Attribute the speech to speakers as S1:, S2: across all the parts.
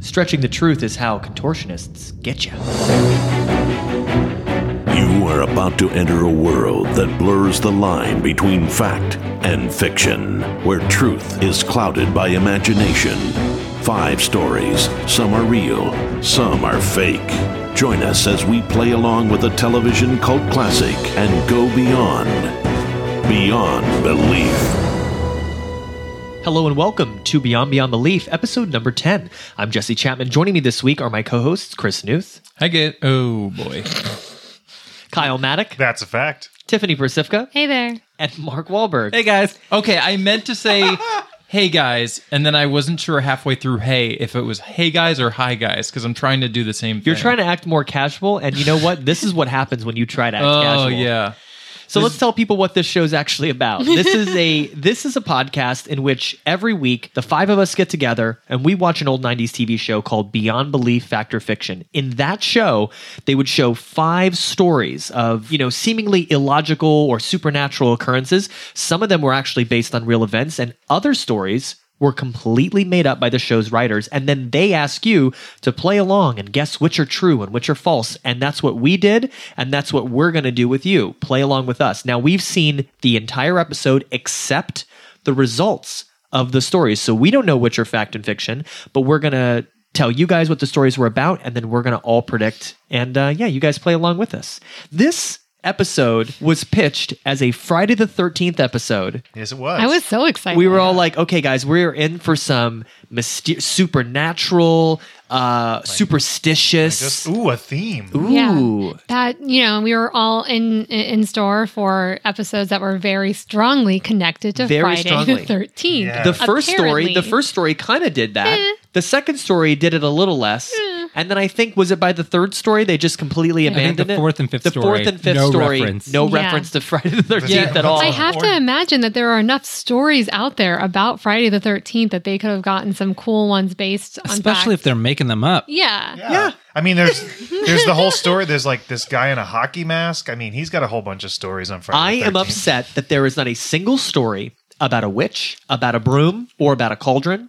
S1: Stretching the truth is how contortionists get you.
S2: You are about to enter a world that blurs the line between fact and fiction, where truth is clouded by imagination. Five stories, some are real, some are fake. Join us as we play along with a television cult classic and go beyond, beyond belief.
S1: Hello and welcome to Beyond Beyond Belief, episode number 10. I'm Jesse Chapman. Joining me this week are my co hosts, Chris Newth,
S3: I get oh boy.
S1: Kyle Maddock,
S4: That's a fact.
S1: Tiffany Persifka,
S5: Hey there.
S1: and Mark Wahlberg.
S3: guys. Okay, I meant to say hey guys, and then I wasn't sure halfway through hey if it was hey guys or hi guys because I'm trying to do the same thing.
S1: You're trying to act more casual, and you know what? This is what happens when you try to act
S3: Oh
S1: casual.
S3: yeah.
S1: So let's tell people what this show's actually about. This is a this is a podcast in which every week the five of us get together and we watch an old 90s TV show called Beyond Belief Fact or Fiction. In that show, they would show five stories of, you know, seemingly illogical or supernatural occurrences. Some of them were actually based on real events and other stories were completely made up by the show's writers and then they ask you to play along and guess which are true and which are false and that's what we did and that's what we're going to do with you play along with us now we've seen the entire episode except the results of the stories so we don't know which are fact and fiction but we're going to tell you guys what the stories were about and then we're going to all predict and uh, yeah you guys play along with us this episode was pitched as a friday the 13th episode
S4: Yes, it was.
S5: I was so excited.
S1: we were all like, okay, guys, we're in for some myster- supernatural, uh, superstitious.
S4: Just, ooh, a theme.
S1: Ooh.
S5: that you know we were all in in store for episodes that were very strongly connected to
S1: Very
S5: Friday
S1: strongly.
S5: the thirteenth.
S4: Yeah.
S1: The first story,
S5: Apparently. Eh.
S1: the first story kind of did that. The second story did it a little less. And then I think was it by the third story they just completely
S5: think
S1: abandoned
S6: the
S1: it?
S6: fourth and fifth
S1: the
S6: story,
S1: fourth and fifth
S6: no
S1: story,
S6: reference.
S1: no
S5: Yeah.
S1: reference to Friday the Thirteenth
S3: Yeah.
S1: at all.
S5: I have to imagine that there are enough stories out there about Friday the thirteenth that they could have gotten some cool ones based on
S6: especially if
S5: facts.
S6: they're making them up.
S5: yeah.
S4: Yeah. I mean, there's there's the whole story. There's like this guy in a hockey mask. I mean, he's got a whole bunch of stories on Friday.
S1: I
S4: the
S1: am
S4: 13th.
S1: upset that there is not a single story about a witch, about a broom, or about a cauldron.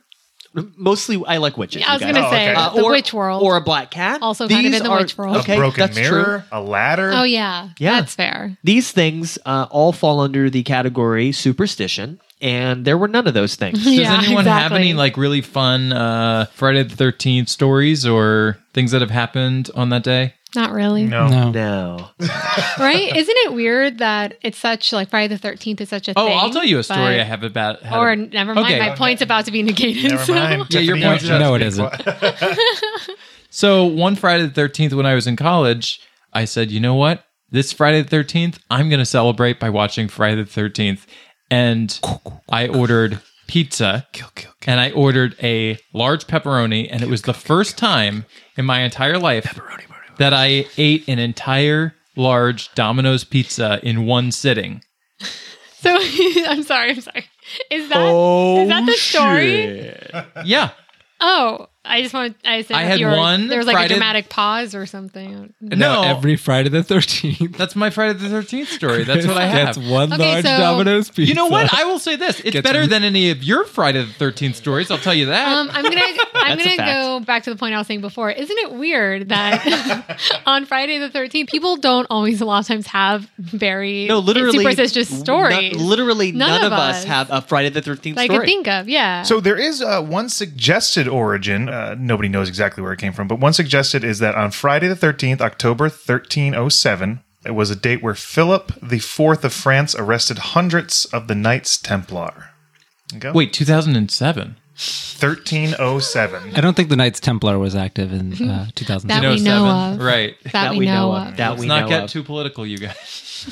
S1: Mostly, I like witches.
S5: I was
S1: you guys.
S5: gonna
S4: Oh,
S5: say
S4: okay.
S1: Uh,
S5: the
S1: or-
S5: witch world.
S1: or a black cat.
S5: Also kind of in the witch world.
S4: A
S1: Okay,
S4: broken
S1: that's
S4: mirror,
S1: true.
S4: a ladder.
S5: oh yeah,
S1: Yeah.
S5: that's fair.
S1: These things uh, all fall under the category superstition, and there were none of those things.
S3: Does
S5: yeah,
S3: anyone have
S5: exactly.
S3: any like really fun uh, Friday the Thirteenth stories or things that have happened on that day?
S5: Not really.
S4: No.
S6: No.
S1: no.
S5: right? Isn't it weird that it's such like Friday the Thirteenth is such a
S3: Oh,
S5: thing?
S3: I'll tell you a story
S5: but-
S3: I have about. had
S5: Or
S3: a-
S5: never mind,
S3: Okay.
S5: my point's about to be negated.
S4: Never
S5: so-
S4: mind.
S3: Yeah, your
S4: Tiffany,
S3: point-
S4: you just
S6: no, it
S4: be
S6: isn't.
S4: quiet.
S3: So one Friday the Thirteenth, when I was in college, I said, you know what? This Friday the Thirteenth, I'm going to celebrate by watching Friday the Thirteenth, and I ordered pizza, and I ordered a large pepperoni, and it was the first time in my entire life that I ate an entire large Domino's pizza in one sitting.
S5: So I'm sorry, I'm sorry. Is that is that the story?
S3: Yeah,
S5: Oh, I just want I said
S3: I
S5: if
S3: had
S5: you were-
S3: one
S5: There was like
S3: Friday-
S5: a dramatic pause or something.
S3: no,
S6: Every Friday the 13th.
S3: that's my Friday the Thirteenth story. That's what I have.
S6: That's one
S5: Okay,
S6: large
S5: so-
S6: Domino's pizza.
S3: You know what? I will say this: it's
S6: Gets
S3: better
S6: re-
S3: than any of your Friday the Thirteenth stories. I'll tell you that.
S5: Um, I'm gonna I'm
S1: That's a fact.
S5: gonna go back to the point I was saying before. Isn't it weird that on Friday the 13th, people don't always a lot of times have very
S1: No, literally.
S5: superstitious
S1: n-
S5: stories?
S1: literally, none,
S5: None
S1: of
S5: of
S1: us.
S5: us.
S1: have a Friday the 13th
S5: that I
S1: story.
S5: could think of, yeah.
S4: So there is uh, one suggested origin. Uh, nobody knows exactly where it came from, but one suggested is that on Friday the 13th, October 1307, it was a date where Philip the Fourth of France arrested hundreds of the Knights Templar. There you go.
S3: Wait, 2007.
S4: 1307.
S6: I don't think the Knights Templar was active in uh,
S5: Mhm.
S6: 2007.
S5: That we know of.
S3: Right.
S5: that, we know of.
S1: That
S3: Let's
S1: we
S3: not
S1: know
S3: get
S1: of.
S3: too political, you guys.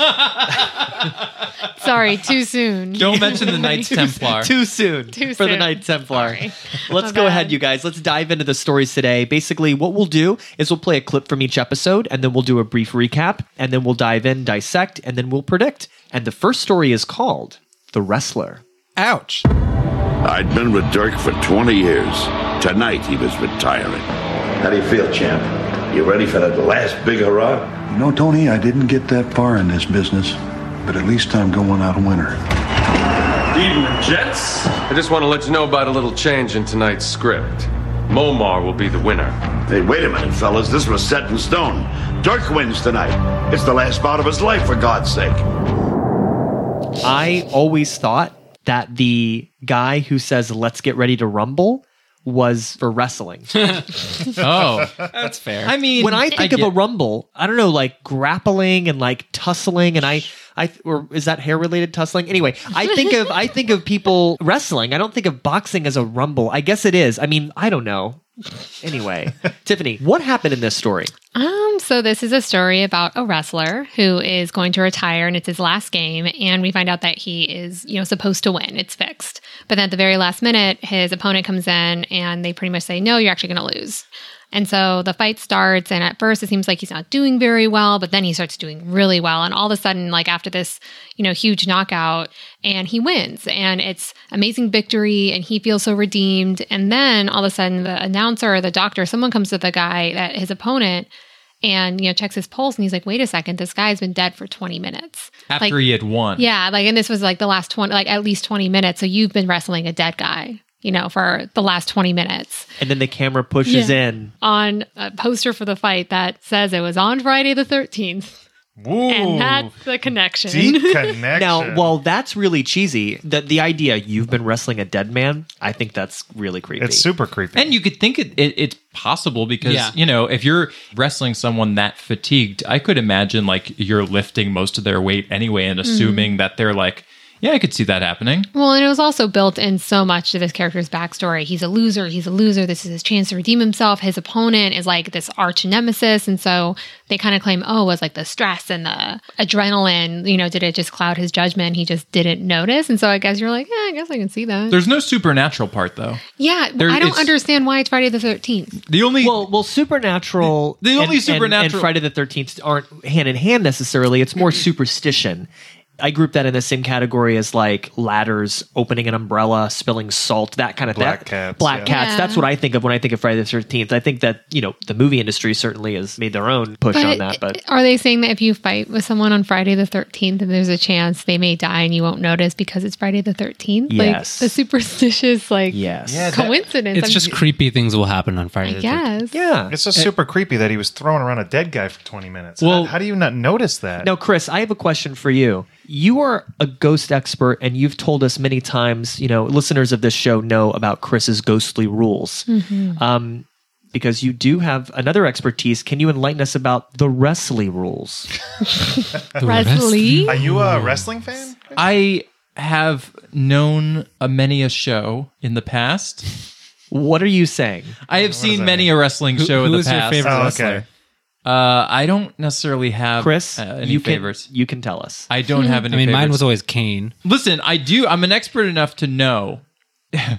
S5: Sorry, too soon.
S3: Don't mention the Knights Templar.
S1: Too soon
S5: Too
S1: for the
S5: soon.
S1: Knight Templar.
S5: Sorry.
S1: Let's
S5: My
S1: go
S5: bad.
S1: ahead, you guys. Let's dive into the stories today. Basically, what we'll do is we'll play a clip from each episode, and then we'll do a brief recap, and then we'll dive in, dissect, and then we'll predict. And the first story is called "The Wrestler."
S6: Ouch.
S7: I'd been with Dirk for 20 years. Tonight he was retiring.
S8: How do you feel, champ?
S7: You ready for that last big hurrah?
S8: You know, Tony, I didn't get that far in this business, but at least I'm going out a winner.
S9: Evening, gents. I just want to let you know about a little change in tonight's script. Momar will be the winner.
S7: Hey, wait a minute, fellas. This was set in stone. Dirk wins tonight. It's the last bout of his life, for God's sake.
S1: I always thought that the guy who says "Let's get ready to rumble" was for wrestling.
S3: Oh,
S6: That's fair.
S3: I mean,
S1: when I think of a
S3: get-
S1: rumble, I don't know, like grappling and like tussling, and I, I, or is that hair related tussling? Anyway, I think of I think of people wrestling. I don't think of boxing as a rumble. I guess it is. I mean, I don't know. Anyway, Tiffany, what happened in this story?
S5: Um, so this is a story about a wrestler who is going to retire and it's his last game and we find out that he is, you know, supposed to win. It's fixed. But then at the very last minute, his opponent comes in and they pretty much say, "No, you're actually going to lose." And so the fight starts and at first it seems like he's not doing very well, but then he starts doing really well and all of a sudden like after this, you know, huge knockout and he wins and it's amazing victory and he feels so redeemed and then all of a sudden the announcer or the doctor, someone comes to the guy that his opponent and you know checks his pulse and he's like wait a second this guy's been dead for 20 minutes
S3: after
S5: like,
S3: he had won.
S5: yeah like and this was like the last 20 like at least 20 minutes so you've been wrestling a dead guy you know for the last 20 minutes
S1: And then the camera pushes
S5: Yeah.
S1: in.
S5: on a poster for the fight that says it was on friday the 13th
S4: Woo.
S5: and that's the connection
S4: Deep connection.
S1: Now, while that's really cheesy, that the idea you've been wrestling a dead man, I think that's really creepy.
S4: it's super creepy.
S3: And you could think it, it it's possible because
S6: Yeah.
S3: you know if you're wrestling someone that fatigued, I could imagine like you're lifting most of their weight anyway, and
S5: Mm-hmm.
S3: assuming that they're like, yeah, I could see that happening.
S5: Well, and it was also built in so much to this character's backstory. He's a loser. He's a loser. This is his chance to redeem himself. His opponent is like this arch nemesis. And so they kind of claim, oh, it was like the stress and the adrenaline, you know, did it just cloud his judgment? He just didn't notice. And so I guess you're like, yeah, I guess I can see that.
S3: There's no supernatural part though.
S5: yeah.
S3: there-
S5: I don't
S3: it's-
S5: understand why it's Friday the 13th.
S3: The only
S1: well, well, supernatural.
S3: The- the only
S1: and- and- and,
S3: supernatural-
S1: Friday the Thirteenth aren't hand in hand necessarily. It's more superstition. I group that in the same category as like ladders, opening an umbrella, spilling salt, that kind of
S4: Black
S1: thing.
S4: cats,
S1: Black
S4: yeah.
S1: cats.
S5: Yeah.
S1: That's what I think of when I think of Friday the Thirteenth. I think that you know the movie industry certainly has made their own push on that, but
S5: are they saying that if you fight with someone on Friday the 13th, then there's a chance they may die and you won't notice because it's Friday the 13th?
S1: Yes.
S5: Like the superstitious, like,
S1: yes,
S4: Yeah, that-
S5: coincidence.
S6: it's
S5: I'm-
S6: just creepy things will happen on Friday.
S5: I
S6: the 13th.
S5: guess.
S1: yeah.
S4: it's just super creepy that he was throwing around a dead guy for 20 minutes. Well,
S3: Well-
S4: how, how do you not notice that?
S1: Now, Chris, I have a question for you. You are a ghost expert, and you've told us many times, you know, listeners of this show know about Chris's ghostly rules. Um, because you do have another expertise. Can you enlighten us about the wrestling rules?
S6: The rest-
S5: Presley.
S4: Are you a wrestling fan?
S3: I have known a many a show in the past.
S1: What are you saying?
S3: I have seen many a wrestling
S6: Who-
S3: show in
S6: who
S3: the
S6: is your
S3: past.
S6: favorite
S4: Oh,
S6: wrestler?
S4: okay.
S3: Uh, I don't necessarily have
S1: Chris,
S3: uh, any
S1: you can
S3: favorites.
S1: you can tell us.
S3: I don't have any.
S6: I mean, mine
S3: favorites.
S6: was always Kane.
S3: Listen, I do. I'm an expert enough to know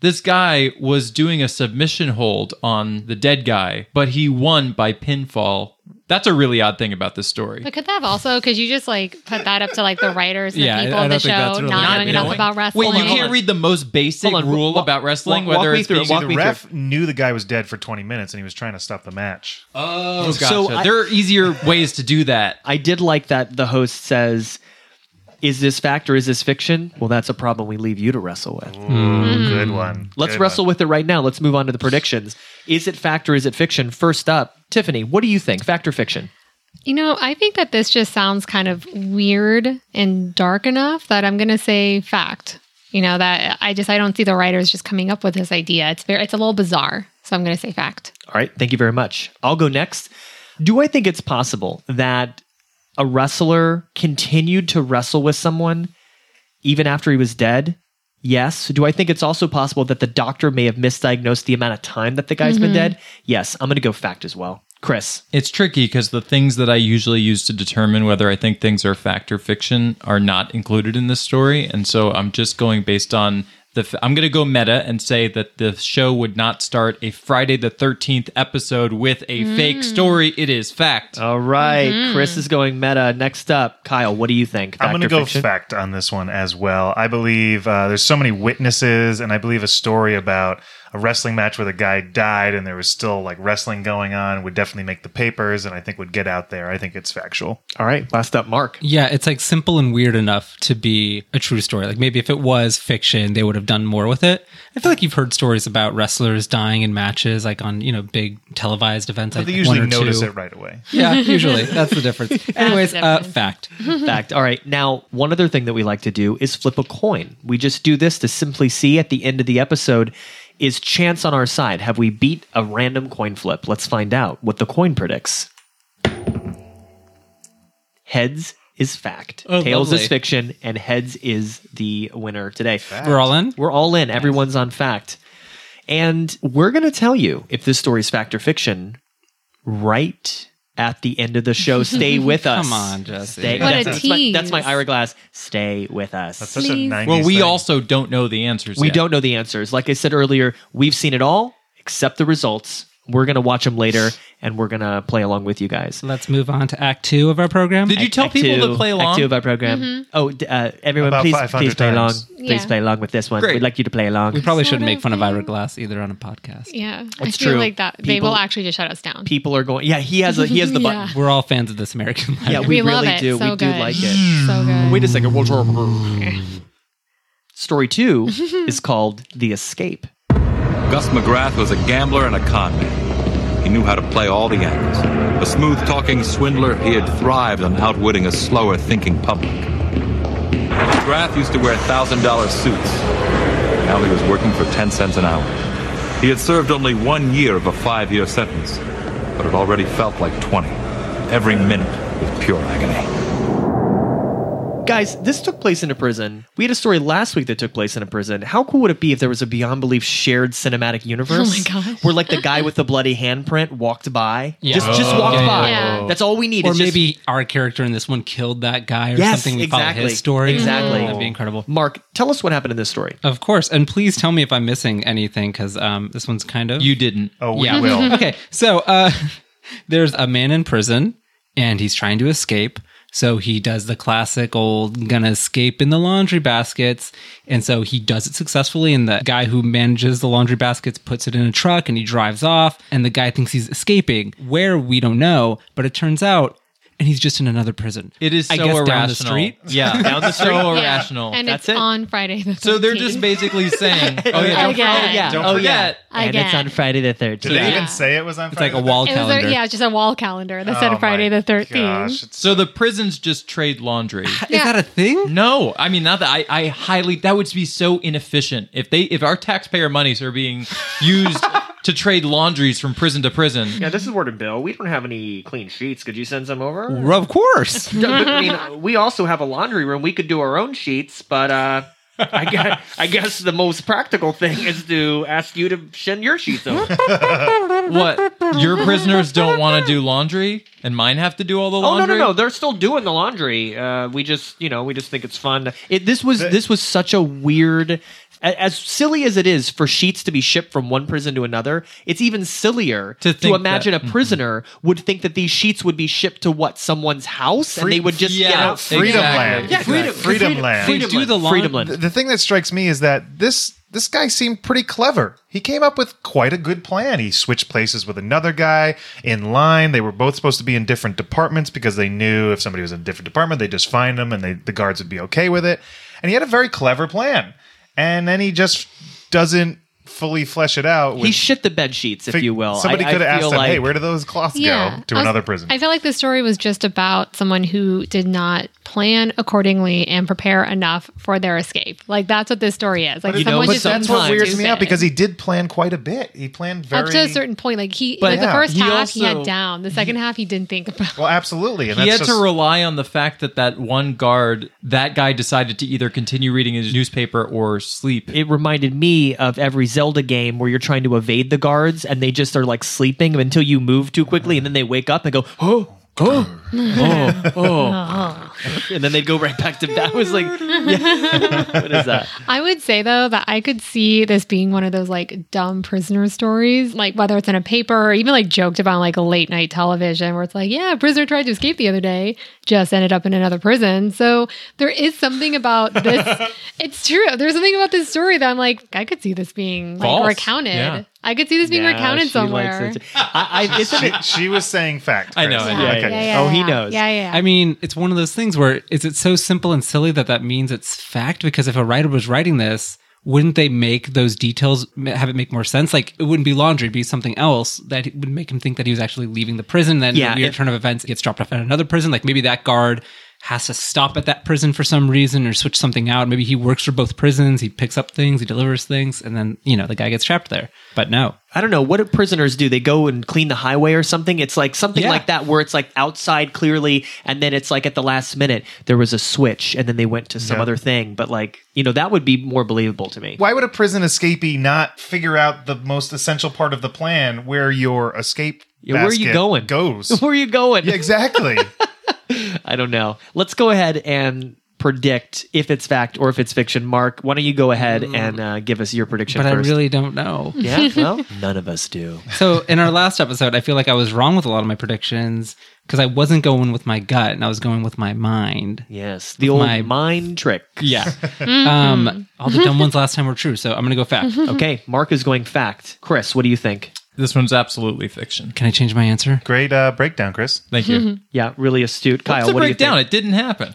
S3: this guy was doing a submission hold on the dead guy, but he won by pinfall. That's a really odd thing about this story.
S5: But could that have also, because you just like put that up to like the writers and
S6: Yeah, I-
S5: the people
S6: I
S5: of the
S6: don't think
S5: show
S6: that's really
S5: not
S6: happening.
S5: knowing enough
S6: Knowing-
S5: about wrestling?
S3: Wait, you
S1: on, hold
S3: can't
S1: on.
S3: read the most basic
S1: Hold on,
S3: rule
S1: wa-
S3: about wrestling,
S1: wa- walk
S3: whether
S1: me
S3: it's
S1: through it,
S3: being
S1: walk
S4: The
S1: me
S4: ref knew the guy was dead for 20 minutes and he was trying to stop the match.
S3: Oh, gotcha.
S1: So I-
S3: there are easier ways to do that.
S1: I did like that the host says, "Is this fact or is this fiction?" Well, that's a problem we leave you to wrestle with.
S4: Good one.
S1: Let's wrestle with it right now. Let's move on to the predictions. Is it fact or is it fiction? First up, Tiffany, what do you think? Fact or fiction?
S5: You know, I think that this just sounds kind of weird and dark enough that I'm going to say fact. You know, that I just, I don't see the writers just coming up with this idea. It's very, it's a little bizarre. So I'm going to say fact.
S1: All right, thank you very much. I'll go next. Do I think it's possible that a wrestler continued to wrestle with someone even after he was dead? Yes. Do I think it's also possible that the doctor may have misdiagnosed the amount of time that the guy's been dead? Yes. I'm going to go fact as well. Chris,
S3: It's tricky because the things that I usually use to determine whether I think things are fact or fiction are not included in this story, and so I'm just going based on the. F- I'm going to go meta and say that the show would not start a Friday the Thirteenth episode with a
S5: Mm.
S3: fake story. It is fact.
S1: all right, Chris is going meta. Next up, Kyle, what do you think?
S4: I'm going
S1: or
S4: to go
S1: fiction?
S4: fact on this one as well. I believe uh, there's so many witnesses, and I believe a story about a wrestling match where the guy died and there was still like wrestling going on would definitely make the papers and I think would get out there. I think it's factual.
S1: All right, last up, Mark.
S6: Yeah, it's like simple and weird enough to be a true story. Like maybe if it was fiction, they would have done more with it. I feel like you've heard stories about wrestlers dying in matches, like on you know big televised events.
S4: But
S6: like
S4: they
S6: one
S4: usually
S6: or
S4: notice
S6: two.
S4: it right away.
S6: Yeah, usually that's the difference. Anyways, uh,
S5: difference.
S6: fact.
S1: fact. All right. Now, one other thing that we like to do is flip a coin. We just do this to simply see at the end of the episode is chance on our side? Have we beat a random coin flip? Let's find out what the coin predicts. Heads is fact,
S6: Oh,
S1: tails
S6: lovely.
S1: is fiction, and heads is the winner today.
S6: We're all in.
S1: We're all in. Everyone's on fact. And we're going to tell you if this story's fact or fiction right at the end of the show. Stay with us.
S6: Come on, Jesse.
S1: Stay-
S5: What
S1: that's,
S5: a
S1: that's my, that's my
S5: tease.
S1: Ira Glass. Stay with us.
S4: That's such
S5: Please.
S4: a 90s
S3: Well, we
S4: thing.
S3: also don't know the answers.
S1: we
S3: yet.
S1: don't know the answers. Like I said earlier, we've seen it all except the results. We're going to watch them later and we're going to play along with you guys.
S6: Let's move on to Act Two of our program.
S3: Did you tell
S1: Act
S3: people
S1: two-
S3: to play
S1: Act
S3: along?
S1: two of our program. Oh, d- uh, everyone,
S4: About
S1: please,
S4: 500
S1: please play along.
S4: times.
S1: Please
S5: Mm-hmm. Yeah.
S1: play along with this one.
S3: Great.
S1: We'd like you to play along.
S6: We probably shouldn't
S5: Sort
S6: make
S5: of
S6: fun of Ira Glass either on a podcast.
S5: Yeah.
S1: It's
S5: I feel
S1: true.
S5: like that they
S1: People-
S5: will actually just shut us down.
S1: People are going. Yeah, he has a he has the
S5: Yeah.
S1: button.
S6: We're all fans of this American Life.
S1: Yeah, we,
S5: We
S1: really
S5: love it.
S1: do.
S5: So
S1: we do
S5: good.
S1: like it.
S5: so good.
S1: Wait a second. Story two is called The Escape.
S9: Gus McGrath was a gambler and a con man. He knew how to play all the angles. A smooth talking swindler, he had thrived on outwitting a slower thinking public. McGrath used to wear $1,000 suits. Now he was working for 10 cents an hour. He had served only one year of a five year sentence, but it already felt like 20. Every minute was pure agony.
S1: Guys, this took place in a prison. We had a story last week that took place in a prison. How cool would it be if there was a beyond belief shared cinematic universe?
S5: Oh my gosh.
S1: Where like the guy with the bloody handprint walked by.
S6: Yeah.
S1: Just just
S6: Oh.
S1: walked
S6: Yeah,
S1: by.
S5: yeah.
S1: That's all we need.
S6: Or
S1: It's just-
S6: maybe our character in this one killed that guy or
S1: Yes,
S6: something. We follow
S1: exactly.
S6: his story.
S1: Exactly.
S6: That'd be incredible.
S1: Mark, tell us what happened in this story.
S6: Of course. And please tell me if I'm missing anything because um, this one's kind of.
S3: You didn't.
S4: Oh, we
S6: yeah.
S4: will.
S6: okay. So uh, there's a man in prison and he's trying to escape. So he does the classic old gonna escape in the laundry baskets. And so he does it successfully. And the guy who manages the laundry baskets puts it in a truck and he drives off. And the guy thinks he's escaping. Where we don't know, but it turns out, and he's just in another prison.
S3: It is so
S6: I guess
S3: irrational.
S6: down the street.
S3: Yeah, down the street. so
S5: Yeah.
S3: irrational.
S5: And
S1: That's
S5: it's
S1: it.
S5: on Friday. The
S3: so they're
S5: 13th.
S3: just basically saying, "Oh yeah, don't
S5: Again.
S3: forget.
S5: Yeah.
S3: Don't
S1: oh,
S3: forget.
S1: Yeah. And it's
S5: Again.
S1: on Friday the 13th.
S4: Did they
S5: Yeah.
S4: even say it was on
S6: It's like a
S4: Friday?
S6: wall
S5: It was
S6: calendar.
S5: a, yeah, it's just a wall calendar that
S4: Oh
S5: said
S4: my
S5: Friday the 13th.
S4: gosh, it's-
S3: So the prisons just trade laundry.
S6: Is that a thing?
S3: No, I mean not that I, I highly that would be so inefficient if they if our taxpayer monies are being used to trade laundries from prison to prison.
S1: Yeah, this is word of bill. We don't have any clean sheets. Could you send some over?
S6: Of course.
S1: I mean, we also have a laundry room. We could do our own sheets, but uh, I, guess, I guess the most practical thing is to ask you to send your sheets over.
S3: What your prisoners don't want to do laundry and mine have to do all the
S1: Oh no
S3: laundry.
S1: no no! They're still doing the laundry. Uh, we just you know we just think it's fun. It, this was this was such a weird. a- As silly as it is for sheets to be shipped from one prison to another, it's even sillier
S3: To
S1: to,
S3: think
S1: imagine
S3: that- Mm-hmm.
S1: a prisoner would think that these sheets would be shipped to what someone house and they would just
S3: yeah,
S1: get out.
S4: Freedom Land.
S1: Yeah, freedom,
S4: Freedom Land.
S1: Freedom,
S6: They do the
S1: land.
S6: laun-
S1: freedom land.
S4: The- the thing that strikes me is that this this guy seemed pretty clever. He came up with quite a good plan. He switched places with another guy in line. They were both supposed to be in different departments because they knew if somebody was in a different department, they'd just find them and they, the guards would be okay with it. And he had a very clever plan. And then he just doesn't fully flesh it out.
S1: He shit the bed sheets, if you will.
S4: Somebody
S1: I- I
S4: could have asked
S1: feel
S4: him, hey,
S1: like-
S4: where do those cloths go? To
S5: I was-
S4: another prison.
S5: I feel like the story was just about someone who did not plan accordingly and prepare enough for their escape. Like that's what this story is. Like
S1: you know,
S5: someone
S1: but
S5: just
S1: that's
S5: that's
S1: what
S5: what
S1: Sometimes.
S4: weirds me out because he did plan quite a bit. He planned very
S5: up to a certain point, like he
S1: But
S5: like
S4: yeah.
S5: the first
S1: He
S5: half he had
S1: also-
S5: down. The second half he didn't think about.
S4: Well, absolutely. And
S3: He
S4: that's
S3: had
S4: just-
S3: to rely on the fact that that one guard, that guy decided to either continue reading his newspaper or sleep.
S1: it reminded me of every Zelda game where you're trying to evade the guards and they just are like sleeping until you move too quickly and then they wake up and go, oh, oh, oh, oh. and then they'd go right back to that. Was like, yeah. what is that?
S5: I would say though that I could see this being one of those like dumb prisoner stories, like whether it's in a paper or even like joked about on, like late night television where it's like, yeah, a prisoner tried to escape the other day, just ended up in another prison. So there is something about this. it's true. There's something about this story that I'm like, I could see this being like
S3: False.
S5: recounted.
S3: Yeah.
S5: I could see this being
S1: Nah,
S5: recounted
S1: she likes
S5: somewhere.
S1: it. I, I, it's
S4: She, she was saying fact.
S3: I know
S4: Chris.
S3: it.
S5: Yeah,
S1: Yeah,
S4: Okay.
S5: yeah, yeah,
S1: Oh, he
S5: yeah.
S1: knows.
S5: Yeah, yeah. yeah.
S6: I mean, it's one of those things where is it so simple and silly that that means it's fact? Because if a writer was writing this, wouldn't they make those details m- have it make more sense? Like it wouldn't be laundry, it'd be something else that would make him think that he was actually leaving the prison. Then
S1: Yeah,
S6: a weird
S1: it-
S6: turn of events gets dropped off at another prison. Like maybe that guard has to stop at that prison for some reason or switch something out. Maybe he works for both prisons. He picks up things, he delivers things, and then you know the guy gets trapped there. But no,
S1: I don't know what do prisoners do. They go and clean the highway or something. It's like something
S6: Yeah.
S1: like that where it's like outside clearly, and then it's like at the last minute there was a switch, and then they went to some
S4: Yeah.
S1: other thing. But like you know that would be more believable to me.
S4: Why would a prison escapee not figure out the most essential part of the plan where your escape
S1: Yeah, where are you going?
S4: basket goes?
S1: Where are you going?
S4: yeah, exactly.
S1: I don't know. Let's go ahead and predict if it's fact or if it's fiction. Mark, why don't you go ahead and uh, give us your prediction
S6: Mm. but I
S1: first?
S6: really don't know.
S1: yeah, well, none of us do.
S6: so in our last episode, I feel like I was wrong with a lot of my predictions because I wasn't going with my gut and I was going with my mind.
S1: Yes, the old
S6: My-
S1: mind trick.
S6: Yeah.
S5: Mm-hmm.
S6: um, all the dumb ones last time were true, so I'm gonna go fact.
S1: Okay, Mark is going fact. Chris, what do you think?
S3: This one's absolutely fiction.
S6: Can I change my answer?
S4: Great uh, breakdown, Chris.
S3: Thank you.
S1: Yeah, really astute. Kyle,
S3: What's the
S1: what do you
S3: breakdown?
S1: think?
S3: It didn't happen.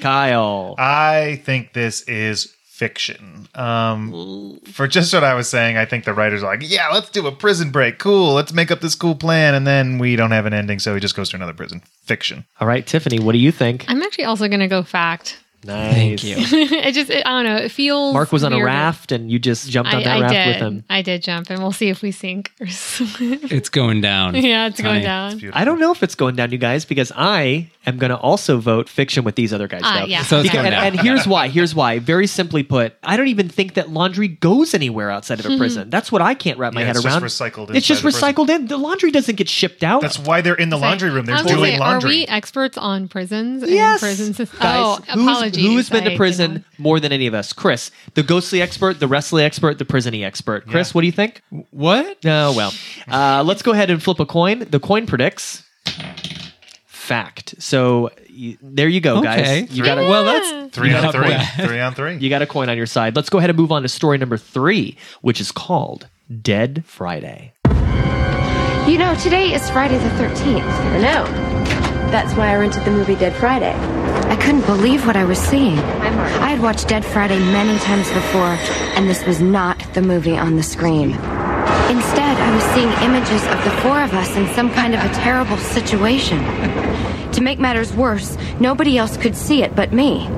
S1: Kyle.
S4: I think this is fiction. Um, for just what I was saying, I think the writers are like, yeah, let's do a prison break. Cool. Let's make up this cool plan. And then we don't have an ending, so he just goes to another prison. Fiction.
S1: All right, Tiffany, what do you think?
S5: I'm actually also going to go fact.
S1: Nice.
S6: Thank you.
S5: it just, it, I don't know. It feels.
S1: Mark was on a
S5: weird.
S1: raft and you just jumped on
S5: I,
S1: that
S5: I
S1: raft
S5: did.
S1: with him.
S5: I did jump, and we'll see if we sink. or swim.
S6: It's going down.
S5: yeah, it's
S6: Honey.
S5: going down.
S1: I don't know if it's going down, you guys, because I am going to also vote fiction with these other guys.
S5: Ah,
S1: though.
S5: yeah.
S6: So it's
S1: Because-
S6: going
S1: and,
S6: down.
S1: and here's why. Here's why. Very simply put, I don't even think that laundry goes anywhere outside
S5: Hmm.
S1: of a prison. That's what I can't wrap my
S4: Yeah,
S1: head
S4: it's just
S1: around.
S4: recycled
S1: It's just
S4: inside the
S1: recycled in. The laundry doesn't get shipped out.
S4: That's why they're in the laundry room. They're
S5: I was gonna
S4: doing
S5: say,
S4: laundry.
S5: Are we experts on prisons? and
S1: yes,
S5: prison
S1: guys.
S5: systems. Oh,
S1: who's-
S5: apologies.
S1: who's been
S5: I
S1: to
S5: did
S1: prison
S5: not-
S1: more than any of us? Chris, the ghostly expert, the wrestling expert, the prisony expert. Chris, what do you think?
S3: What?
S1: No, well, uh, let's go ahead and flip a coin. The coin predicts fact. So y- there you go,
S6: Okay.
S1: guys. You got it.
S3: Well, that's
S4: Three on
S3: Not
S4: three.
S3: bad.
S4: Three on three.
S1: You got a coin on your side. Let's go ahead and move on to story number three, which is called Dead Friday.
S10: You know, today is Friday the 13th. I know. That's why I rented the movie Dead Friday. I couldn't believe what I was seeing. I had watched Dead Friday many times before, and this was not the movie on the screen. Instead, I was seeing images of the four of us in some kind of a terrible situation. To make matters worse, nobody else could see it but me.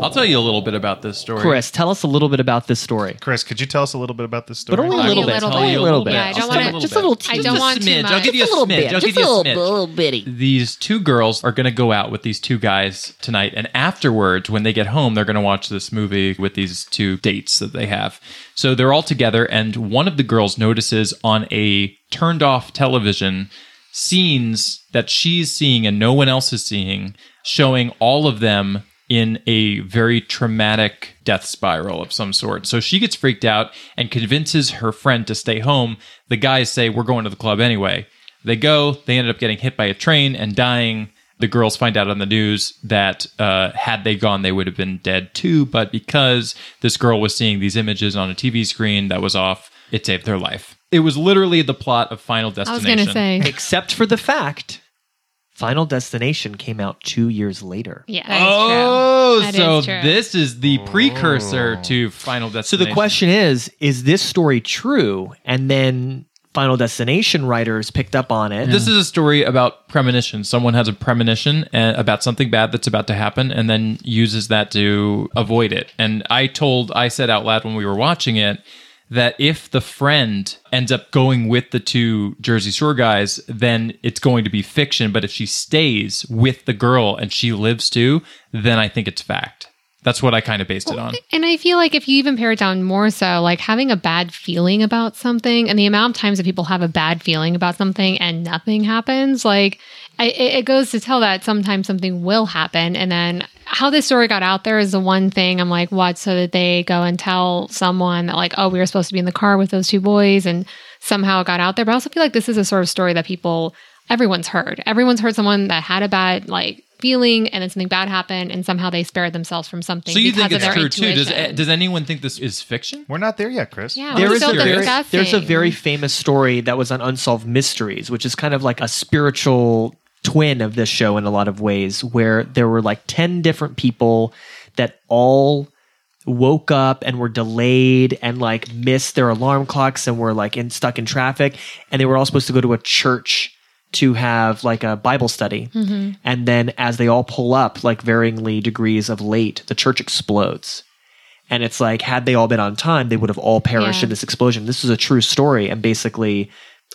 S3: I'll tell you a little bit about this story.
S1: Chris, tell us a little bit about this story.
S4: Chris, could you tell us a little bit about this story?
S1: But only a
S5: Only
S1: little
S5: a
S1: bit.
S5: little
S1: Only
S5: bit.
S1: a little bit.
S5: Yeah, I don't
S3: Just
S5: wanna-
S3: little
S5: just
S3: bit.
S5: a little I don't
S3: Just
S5: want
S3: a
S5: too
S3: smidge. I'll give you a,
S5: much.
S3: smidge. I'll give you a, smidge. These two girls are going to go out with these two guys tonight, and afterwards, when they get home, they're going to watch this movie with these two dates that they have. So they're all together, and one of the girls notices on a turned off television scenes that she's seeing and no one else is seeing, showing all of them in a very traumatic death spiral of some sort. So she gets freaked out and convinces her friend to stay home. The guys say, We're going to the club anyway. They go, they ended up getting hit by a train and dying. The girls find out on the news that uh, had they gone, they would have been dead too. But because this girl was seeing these images on a TV screen that was off, it saved their life. It was literally the plot of Final
S5: I was
S3: Destination.
S5: going to say.
S1: Except for the fact Final Destination came out two years later.
S5: Yeah.
S3: Oh,
S5: That is
S3: so
S5: true.
S3: this is the precursor to Final
S1: Oh. So
S3: Destination.
S1: the question is is this story true? And then Final Destination writers picked up on it.
S3: This is a story about premonition. Someone has a premonition uh, about something bad that's about to happen and then uses that to avoid it. And I told, I said out loud when we were watching it that if the friend ends up going with the two Jersey Shore guys, then it's going to be fiction. But if she stays with the girl and she lives too, then I think it's fact. That's what I kind of based it on.
S5: And I feel like if you even pare it down more so, like having a bad feeling about something and the amount of times that people have a bad feeling about something and nothing happens, like I, it it goes to tell that sometimes something will happen. And then how this story got out there is the one thing I'm like, what? So that they go and tell someone that, like, oh, we were supposed to be in the car with those two boys and somehow it got out there. But I also feel like this is a sort of story that people, everyone's heard. Everyone's heard someone that had a bad, like, feeling and then something bad happened and somehow they spared themselves from something
S3: So you
S5: because
S3: think
S5: of
S3: it's
S5: their
S3: true
S5: intuition.
S3: too? Does does anyone think this is fiction?
S4: We're not there yet, Chris.
S5: Yeah,
S1: There
S5: we're
S1: is a
S5: still
S1: very,
S5: discussing.
S1: there's a very famous story that was on Unsolved Mysteries, which is kind of like a spiritual twin of this show in a lot of ways, where there were like 10 different people that all woke up and were delayed and like missed their alarm clocks and were like in, stuck in traffic. And they were all supposed to go to a church to have like a Bible study. And then as they all pull up, like varyingly degrees of late, the church explodes. And it's like, had they all been on time, they would have all perished
S5: Yeah.
S1: in this explosion. This is a true story. And basically,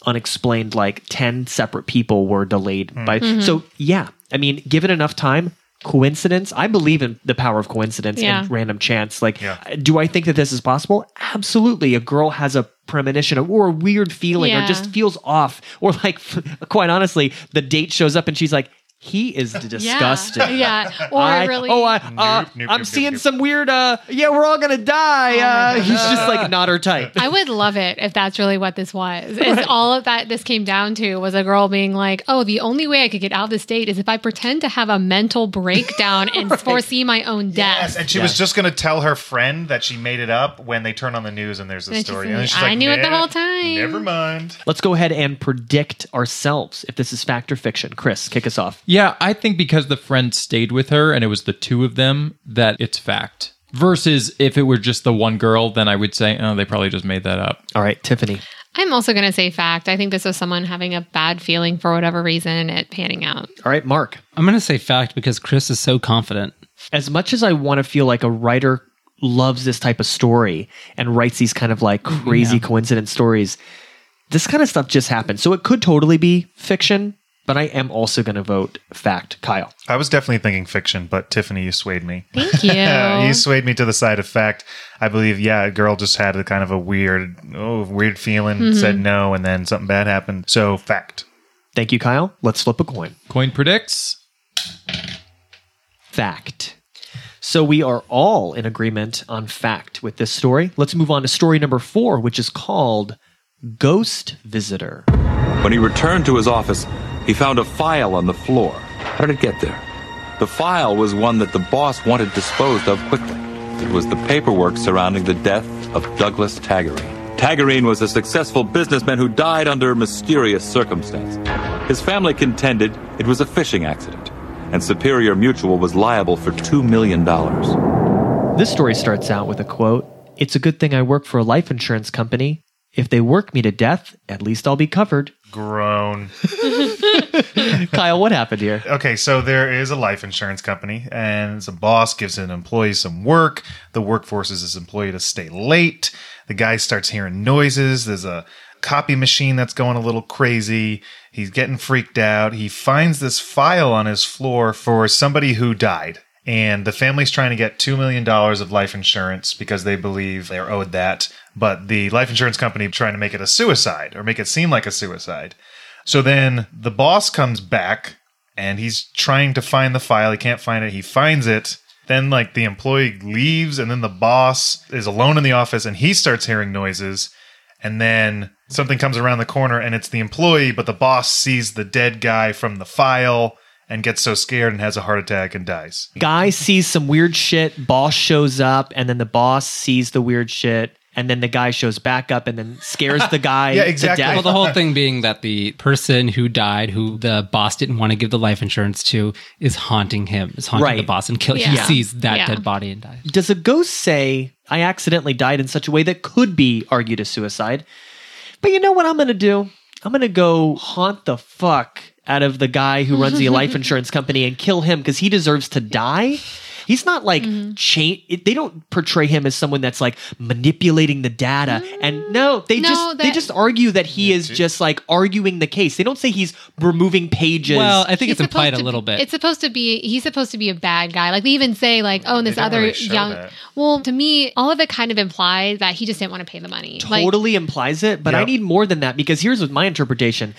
S1: unexplained, like 10 separate people were delayed by.
S5: Mm-hmm.
S1: So, yeah, I mean, given enough time, coincidence, I believe in the power of coincidence
S5: Yeah.
S1: and random chance. Like,
S4: Yeah.
S1: do I think that this is possible? Absolutely. A girl has a premonition or a weird feeling or
S5: Yeah.
S1: just feels off. Or, like, quite honestly, the date shows up and she's like, he is disgusted.
S5: Yeah. Or
S1: I-
S5: really.
S1: Oh, I, uh,
S4: nope,
S1: I'm
S4: nope,
S1: seeing
S4: nope.
S1: some weird. Uh, yeah, we're all gonna die. uh, he's just like not her type.
S5: Oh I would love it if that's really what this was. It's all of that this came down to was a girl being like, "Oh, the only way I could get out of this date is if I pretend to have a mental breakdown and foresee my own death."
S4: Yes, and she was just going to tell her friend that she made it up when they turn on the news and there's a
S5: And she's
S4: story.
S5: like,
S4: And then she's
S5: "I
S4: like,
S5: knew it the
S4: "Nah,
S5: whole time."
S4: Never mind.
S1: Let's go ahead and predict ourselves if this is fact or fiction. Chris, kick us off.
S3: Yeah, I think because the friend stayed with her and it was the two of them that it's fact. Versus if it were just the one girl, then I would say, oh, they probably just made that up.
S1: All right, Tiffany.
S5: I'm also going to say fact. I think this was someone having a bad feeling for whatever reason at panning out.
S1: All right, Mark.
S6: I'm going to say fact because Chris is so confident.
S1: As much as I want to feel like a writer loves this type of story and writes these kind of like
S5: Mm-hmm.
S1: crazy coincidence stories, this kind of stuff just happens. So it could totally be fiction, but I am also going to vote fact. Kyle.
S4: I was definitely thinking fiction, but Tiffany, you swayed me.
S5: Thank you.
S4: Yeah, you swayed me to the side of fact. I believe, yeah, a girl just had a kind of a weird, oh, weird feeling, said no, and then something bad happened. So, fact.
S1: Thank you, Kyle. Let's flip a coin.
S3: Coin predicts.
S1: fact. So we are all in agreement on fact with this story. Let's move on to story number four, which is called Ghost Visitor.
S9: When he returned to his office, he found a file on the floor. How did it get there? The file was one that the boss wanted disposed of quickly. It was the paperwork surrounding the death of Douglas Taggarine. Taggarine was a successful businessman who died under mysterious circumstances. His family contended it was a fishing accident, and Superior Mutual was liable for $2 million.
S1: This story starts out with a quote It's a good thing I work for a life insurance company. If they work me to death, at least I'll be covered.
S4: Groan.
S1: Kyle, what happened here?
S4: okay, so there is a life insurance company, and the boss gives an employee some work. The work forces this employee to stay late. The guy starts hearing noises. There's a copy machine that's going a little crazy. He's getting freaked out. He finds this file on his floor for somebody who died. And the family's trying to get $2 million of life insurance because they believe they're owed that. But the life insurance company trying to make it a suicide or make it seem like a suicide. So then the boss comes back and he's trying to find the file. He can't find it. He finds it. Then, like, the employee leaves, and then the boss is alone in the office and he starts hearing noises. And then something comes around the corner and it's the employee, but the boss sees the dead guy from the file and gets so scared and has a heart attack and dies.
S1: Guy sees some weird shit, boss shows up, and then the boss sees the weird shit, and then the guy shows back up and then scares the guy
S4: Yeah,
S1: to
S4: exactly.
S1: death.
S6: Well, the whole thing being that the person who died, who the boss didn't want to give the life insurance to, is haunting him, is haunting
S1: Right.
S6: the boss and kill. He
S5: Yeah.
S6: sees that
S5: Yeah.
S6: dead body and dies.
S1: does a ghost say I accidentally died in such a way that could be argued as suicide? But you know what I'm going to do? I'm going to go haunt the fuck out of the guy who runs the life insurance company and kill him because he deserves to die. He's not like
S5: Mm-hmm.
S1: change. They don't portray him as someone that's like manipulating the data. And no, they
S5: Mm, No,
S1: just they
S5: that-
S1: just argue that he is just like arguing the case. They don't say he's removing pages.
S6: Well, I think it's
S5: He's supposed
S6: implied a
S5: to be-
S6: little bit.
S5: It's supposed to be he's supposed to be a bad guy. Like they even say like, oh, and this
S4: don't
S5: other
S4: really show
S5: young.
S4: that.
S5: Well, to me, all of it kind of implies that he just didn't want to pay the money. Like,
S1: totally implies it, but I
S4: Yep.
S1: need more than that because here's my interpretation.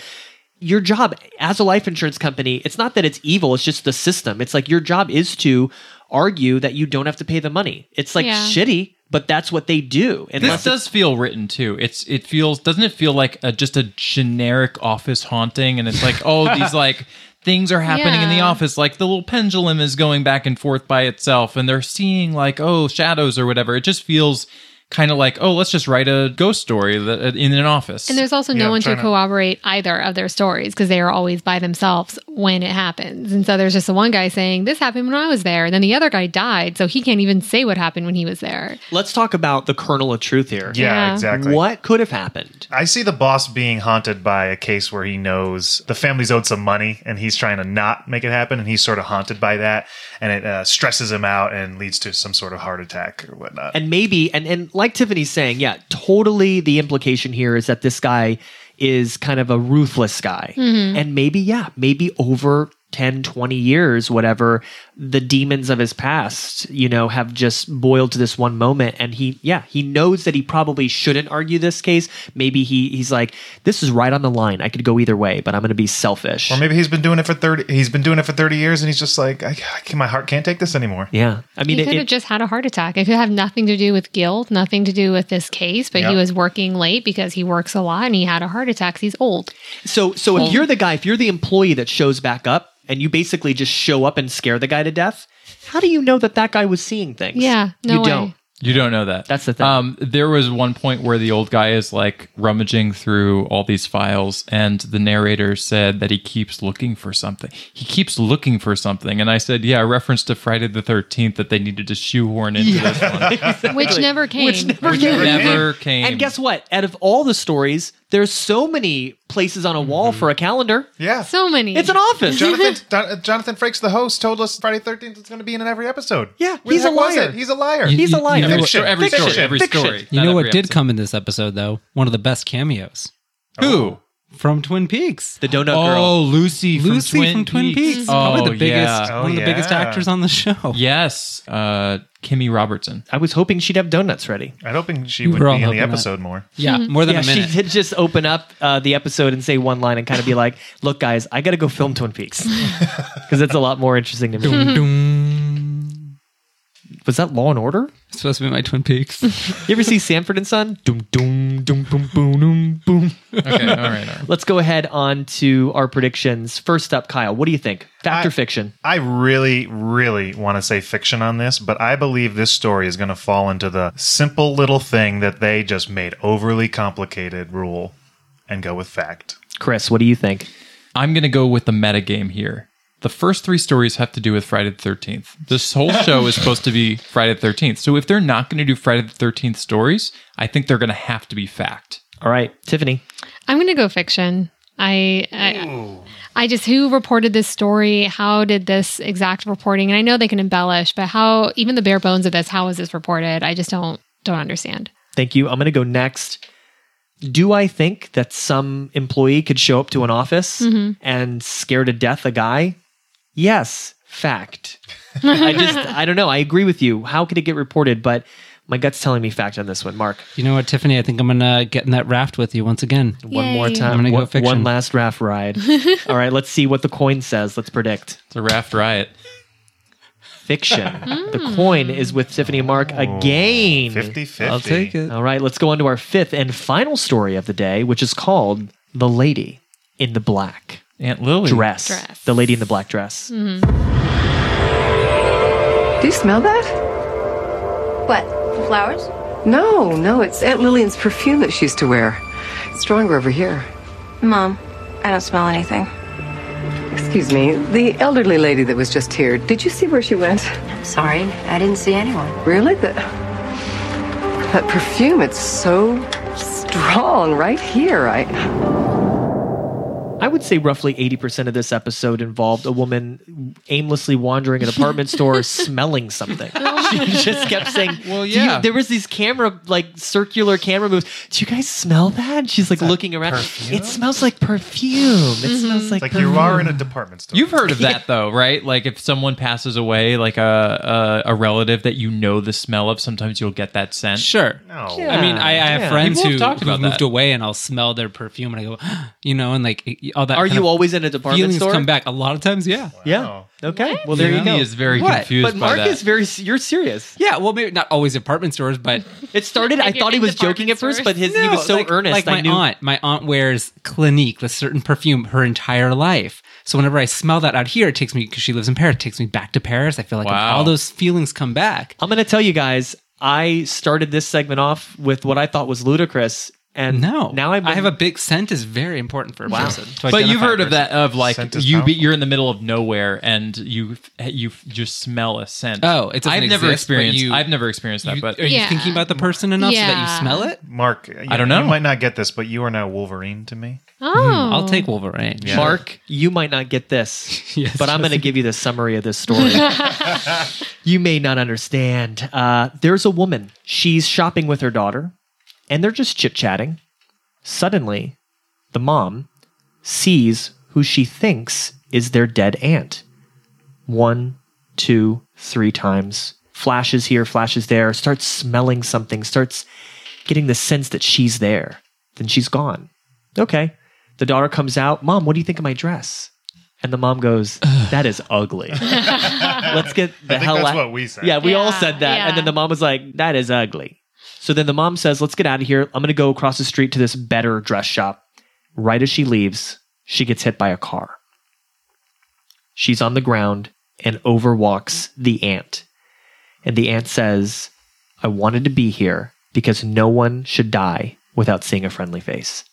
S1: Your job as a life insurance company, it's not that it's evil, it's just the system. It's like your job is to argue that you don't have to pay the money. It's like
S5: Yeah.
S1: shitty, but that's what they do.
S3: This
S1: Unless
S3: does feel written too. It's it feels doesn't it feel like a, just a generic office haunting? And it's like oh these like things are happening in the
S5: Yeah.
S3: office. Like the little pendulum is going back and forth by itself, and they're seeing like oh shadows or whatever. It just feels kind of like oh let's just write a ghost story that, in an office.
S5: and there's also no
S4: Yeah,
S5: one to
S4: trying to-
S5: corroborate either of their stories because they are always by themselves when it happens. And so there's just the one guy saying this happened when I was there, and then the other guy died, so he can't even say what happened when he was there.
S1: let's talk about the kernel of truth here.
S4: Yeah,
S5: Yeah.
S4: exactly.
S1: What could have happened?
S4: I see the boss being haunted by a case where he knows the family's owed some money and he's trying to not make it happen and he's sort of haunted by that and it uh, stresses him out and leads to some sort of heart attack or whatnot.
S1: And maybe and and like Tiffany's saying, yeah, totally the implication here is that this guy is kind of a ruthless guy. And maybe yeah, maybe over 10 20 years whatever the demons of his past you know have just boiled to this one moment and he yeah he knows that he probably shouldn't argue this case maybe he he's like this is right on the line i could go either way but i'm gonna be selfish
S4: or maybe he's been doing it for 30 he's been doing it for 30 years and he's just like I, I can't- my heart can't take this anymore.
S1: yeah i mean
S5: he
S1: it-
S5: could
S1: it-
S5: have just had a heart attack. It could have nothing to do with guilt, nothing to do with this case, but
S4: Yeah.
S5: he was working late because he works a lot and he had a heart attack. 'cause He's old.
S1: So so if you're the guy, if you're the employee that shows back up and you basically just show up and scare the guy to death, how do you know that that guy was seeing things?
S5: Yeah, no
S1: you
S5: way.
S1: don't.
S3: You don't know that.
S1: That's the thing.
S3: Um, there was one point where the old guy is like rummaging through all these files, and the narrator said that he keeps looking for something. He keeps looking for something, and I said, "Yeah, a reference to Friday the Thirteenth that they needed to shoehorn into this one."
S5: Which never came.
S1: Which never
S3: Which
S1: came.
S3: never came.
S1: And guess what? Out of all the stories, there's so many places on a wall
S3: Mm-hmm.
S1: for a calendar.
S4: Yeah.
S5: so many.
S1: It's an office.
S4: Jonathan, Don, uh, Jonathan Frakes, the host, told us Friday Thirteenth is going to be in every episode.
S1: Yeah,
S4: Where
S1: he's
S4: the
S1: a
S4: heck was
S1: liar.
S4: it? He's a liar.
S1: He's a liar.
S3: You know what-
S4: Fiction.
S3: every story,
S4: Fiction.
S3: every
S1: Fiction.
S3: story.
S6: You
S3: Not
S6: know
S3: every
S6: what did
S3: episode.
S6: come in this episode though? One of the best cameos
S3: Who?
S6: from Twin Peaks.
S1: The donut
S3: Oh,
S1: girl.
S3: Lucy, from
S6: Lucy
S3: Twin
S6: Peaks,
S3: Peaks.
S6: probably the biggest,
S3: yeah.
S4: Oh,
S6: one of the biggest
S4: yeah.
S6: actors on the show.
S3: Yes, uh, Kimmy Robertson.
S1: I was hoping she'd have donuts ready.
S4: I'm hoping she
S6: We
S4: would
S6: were all
S4: be in the
S6: hoping that.
S4: episode more.
S6: Yeah, more than
S1: Yeah,
S6: a
S1: she
S6: minute.
S1: did just open up uh, the episode and say one line and kind of be like, "Look, guys, I got to go film Twin Peaks because it's a lot more interesting to me." Was that Law and Order?
S6: It's supposed to be my Twin Peaks.
S1: You ever see Sanford and Son? Doom, doom, doom, boom, boom, doom, boom.
S3: Okay, all right. All right.
S1: Let's go ahead on to our predictions. First up, Kyle, what do you think? Fact or
S4: I-
S1: fiction?
S4: I really, really want to say fiction on this, but I believe this story is going to fall into the simple little thing that they just made overly complicated rule and go with fact.
S1: Chris, what do you think?
S3: I'm going to go with the metagame here. The first three stories have to do with Friday the 13th. This whole show is supposed to be Friday the 13th. So if they're not going to do Friday the 13th stories, I think they're going to have to be fact.
S1: All right, Tiffany.
S5: I'm going to go fiction. I, I I just who reported this story? How did this exact reporting? And I know they can embellish, but how even the bare bones of this? How was this reported? I just don't don't understand.
S1: Thank you. I'm going to go next. Do I think that some employee could show up to an office and scare to death a guy? Yes, fact. I just, I don't know. I agree with you. How could it get reported? But my gut's telling me fact on this one. Mark,
S6: you know what, Tiffany? I think I'm gonna get in that raft with you once again.
S1: one more time.
S6: I'm gonna go
S1: One-
S6: fiction.
S1: One last raft ride. All right, let's see what the coin says. Let's predict.
S3: It's a raft riot.
S1: Fiction. the coin is with Tiffany and Mark
S4: Oh,
S1: again.
S4: 50 50.
S6: I'll take it.
S1: All right, let's go on to our fifth and final story of the day, which is called The Lady in the Black
S3: Aunt Lily.
S1: Dress.
S5: Dress.
S1: The Lady in the Black Dress.
S10: Do you smell that?
S11: What? Flowers?
S10: No, no, it's Aunt Lillian's perfume that she used to wear. It's stronger over here.
S11: Mom, I don't smell anything.
S10: Excuse me, the elderly lady that was just here, did you see where she went?
S11: Sorry, I didn't see anyone.
S10: Really? That, that perfume, it's so strong right here. I.
S1: I I would say roughly 80% of this episode involved a woman aimlessly wandering an apartment store smelling something. She just kept saying,
S3: Well,
S1: "Do you-"
S3: yeah.
S1: there was these camera, like circular camera moves. Do you guys smell that? And she's like looking around.
S4: perfume?
S1: It smells like perfume. It smells like,
S4: Like you are in a department store.
S3: You've heard of that though, right? Like if someone passes away, like a, a a relative that you know the smell of, sometimes you'll get that scent.
S6: Sure.
S4: No.
S6: I mean, I, I have
S1: Yeah.
S6: friends
S3: People have
S6: who
S3: talked
S6: who
S3: about
S6: moved
S3: that.
S6: away, and I'll smell their perfume, and I go, you know, and like it- all that.
S1: Are
S6: kind
S1: you
S6: of
S1: always in a department
S6: feelings
S1: store?
S6: come back a lot of times? Yeah.
S1: Yeah. Okay. Well, there
S3: There
S1: you go.
S3: is very
S6: What?
S3: confused
S1: but Mark
S3: by that.
S1: is very. s- You're serious.
S6: Yeah. Well, maybe not always department stores, but
S1: It started. I
S5: Like
S1: thought he
S5: in
S1: was joking
S5: department
S1: at first,
S5: stores.
S1: but his he was so
S6: like,
S1: earnest.
S6: Like my
S1: I knew.
S6: aunt, my aunt wears Clinique, a certain perfume, her entire life. So whenever I smell that out here, it takes me because she lives in Paris. It takes me back to Paris. I feel like
S3: Wow.
S6: all those feelings come back.
S1: I'm going to tell you guys, I started this segment off with what I thought was ludicrous. And
S6: No,
S1: now I'm
S6: I have a big scent is very important for a person. to
S3: but you've
S6: identify a
S3: heard of
S6: person.
S3: that of like
S4: Scent is
S3: you be,
S4: powerful.
S3: you're in the middle of nowhere and you you just smell a scent.
S6: Oh, it doesn't
S3: I've never
S6: exist, but
S3: experienced.
S6: you-
S3: I've never experienced that,
S6: You-
S3: but
S6: are you
S5: Yeah.
S6: thinking about the person enough so that
S5: Yeah.
S6: you smell it?
S4: Mark, I
S3: don't know.
S4: You might not get this, but you are now Wolverine to me.
S1: Hmm,
S5: Oh,
S6: I'll take Wolverine. Yeah.
S1: Mark, you might not get this,
S6: Yes,
S1: but I'm going to give you the summary of this story. you may not understand. Uh, there's a woman. She's shopping with her daughter, and they're just chit chatting. Suddenly, the mom sees who she thinks is their dead aunt. One, two, three times. Flashes here, flashes there. Starts smelling something, starts getting the sense that she's there. Then she's gone. Okay. The daughter comes out, Mom, what do you think of my dress? And the mom goes, That is ugly. Let's get the
S4: I think
S1: hell
S4: that's
S1: out.
S4: what we said.
S1: Yeah, we all
S5: Yeah,
S1: said that.
S5: yeah.
S1: And then the mom was like, That is ugly. So then the mom says, Let's get out of here. I'm going to go across the street to this better dress shop. Right as she leaves, she gets hit by a car. She's on the ground and overwalks the ant. And the ant says, I wanted to be here because no one should die without seeing a friendly face.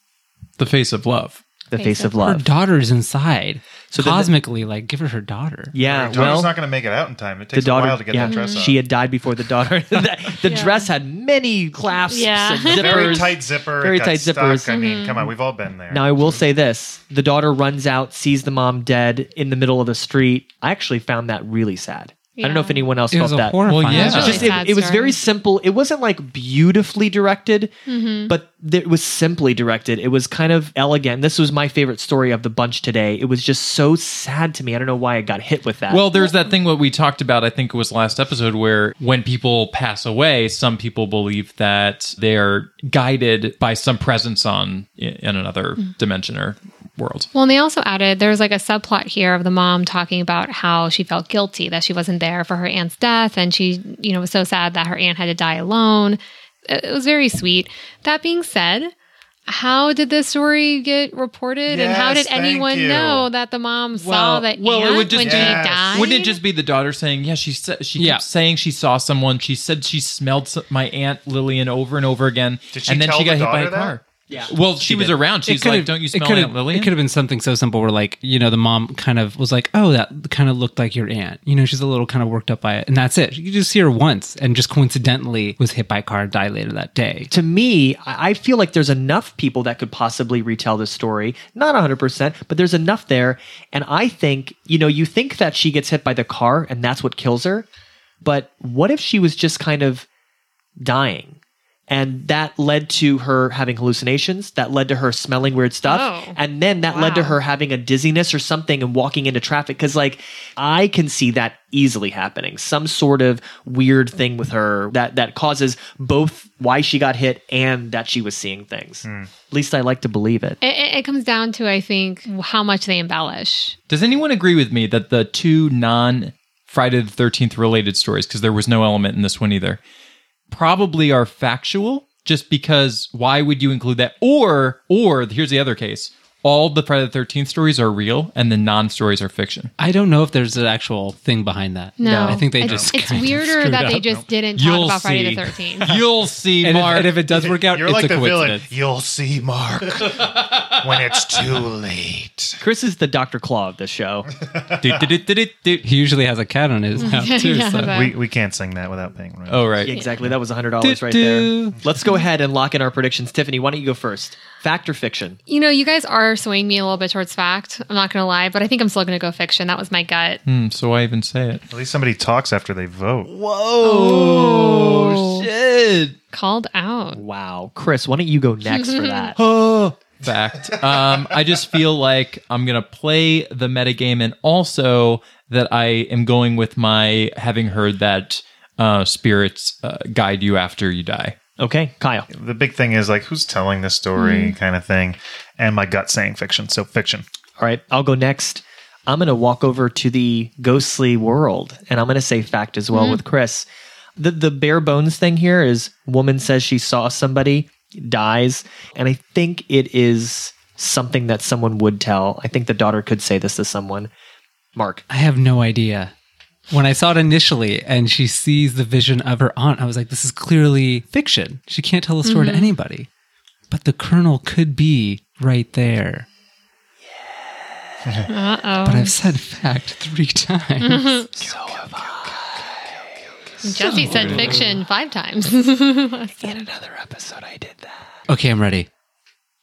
S3: the face of love.
S1: The face,
S5: Face
S1: of
S5: of
S6: Her
S1: love.
S6: daughter's inside. So
S1: then the-
S6: cosmically, like, give her her daughter.
S1: yeah,
S4: Your daughter's
S1: well,
S4: not going to make it out in time. It
S1: the
S4: takes
S1: daughter,
S4: a while to get
S1: yeah, Mm-hmm.
S4: that dress on.
S1: she had died before the daughter. the the
S5: Yeah.
S1: dress had many clasps
S5: Yeah.
S1: and zippers.
S4: very tight zipper. it
S1: Very
S4: got
S1: tight
S4: stuck.
S1: zippers. Mm-hmm.
S4: I mean, come on, we've all been there.
S1: Now, I will say this the daughter runs out, sees the mom dead in the middle of the street. I actually found that really sad. I don't know
S5: Yeah.
S1: if anyone else
S6: It
S1: felt
S6: was a
S1: that.
S6: horrifying.
S3: Well, yeah.
S1: It's just,
S5: Really sad
S1: it, it was
S5: story.
S1: very simple. It wasn't like beautifully directed,
S5: Mm-hmm.
S1: but th- it was simply directed. It was kind of elegant. This was my favorite story of the bunch today. It was just so sad to me. I don't know why I got hit with that.
S3: Well, there's that thing what we talked about. I think it was last episode where when people pass away, some people believe that they are guided by some presence on in another dimension or world.
S5: Well, and they also added there's like a subplot here of the mom talking about how she felt guilty that she wasn't there for her aunt's death, and she, you know, was so sad that her aunt had to die alone. It it was very sweet. That being said, how did this story get reported, and how
S4: Yes,
S5: did
S4: thank
S5: anyone
S4: you.
S5: know that the mom saw that
S3: well, it
S5: aunt
S3: would just-
S5: when
S4: Yes.
S5: she died?
S3: Wouldn't it just be the daughter saying, "Yeah, she sa- she
S6: Yeah.
S3: kept saying she saw someone. She said she smelled s my aunt Lillian over and over again,
S4: Did she
S3: and then
S4: tell
S3: she got
S4: the
S3: hit by a
S4: daughter that?
S3: car." Yeah. Well, she, was
S6: did.
S3: around. She's
S6: It could've-
S3: like, "Don't you
S6: it
S3: smell
S6: could've-
S3: Aunt Lillian?"
S6: It could have been something so simple where, like, you know, the mom kind of was like, oh, that kind of looked like your aunt. You know, she's a little kind of worked up by it. And that's it. You just see her once and just coincidentally was hit by a car and died later that day.
S1: to me, I I feel like there's enough people that could possibly retell this story. Not 100%, but there's enough there. And I think, you know, you think that she gets hit by the car and that's what kills her. But what if she was just kind of dying? And that led to her having hallucinations, that led to her smelling weird stuff.
S5: Oh.
S1: and then that led to
S5: Wow.
S1: her having a dizziness or something and walking into traffic. Cause like I can see that easily happening. Some sort of weird thing with her that, that causes both why she got hit and that she was seeing things. At least I like to believe it.
S5: It, it- it comes down to, I think, how much they embellish.
S3: Does anyone agree with me that the two non Friday the 13th related stories, because there was no element in this one either, probably are factual just because why would you include that? Or, or here's the other case all the Friday the 13th stories are real and the non stories are fiction.
S6: I don't know if there's an actual thing behind that.
S5: No,
S6: I think they
S5: It's-
S6: just.
S5: It's
S6: kind of
S5: weirder
S6: screwed
S5: that they
S6: up.
S5: just didn't talk
S3: You'll
S5: about Friday
S3: see.
S5: the Thirteenth.
S3: You'll see,
S6: And if,
S3: Mark.
S6: and if it does work out,
S4: You're
S6: it's
S4: like
S6: a
S4: the villain.
S6: coincidence.
S4: You'll see, Mark, when it's too late.
S1: Chris is the Dr. Claw of the show.
S3: Du-du-du-du-du-du.
S6: He usually has a cat on his mouth, too.
S5: Yeah,
S6: so.
S5: but-
S4: We, we can't sing that without paying royalties.
S3: Oh, right.
S1: exactly. That was $100 right there.
S6: Do-do.
S1: Let's go ahead and lock in our predictions. Tiffany, why don't you go first? Fact or fiction?
S5: You know, you guys are swaying me a little bit towards fact. I'm not going to lie, but I think I'm still going to go fiction. That was my gut.
S3: Hmm, so why even say it?
S4: At least somebody talks after they vote.
S1: Whoa. shit.
S5: Called out.
S1: Wow. Chris, why don't you go next for that?
S3: Oh, fact. Um, I just feel like I'm gonna play the metagame, and also that I am going with my having heard that uh, spirits uh, guide you after you die.
S1: Okay, Kyle.
S4: The big thing is like who's telling this story kind of thing. And my gut saying fiction. So fiction.
S1: All right, I'll go next. I'm going to walk over to the ghostly world and I'm going to say fact as
S5: Mm-hmm.
S1: well with Chris. The the bare bones thing here is woman says she saw somebody dies and I think it is something that someone would tell. I think the daughter could say this to someone. Mark.
S6: I have no idea. When I saw it initially and she sees the vision of her aunt, I was like, this is clearly fiction. She can't tell the story
S5: Mm-hmm.
S6: to anybody. But the colonel could be right there.
S5: Uh
S6: But
S5: oh.
S6: I've said fact three
S5: Mm-hmm.
S6: times.
S5: Jesse said fiction five times. That's
S1: In another episode I did that.
S6: okay, I'm ready.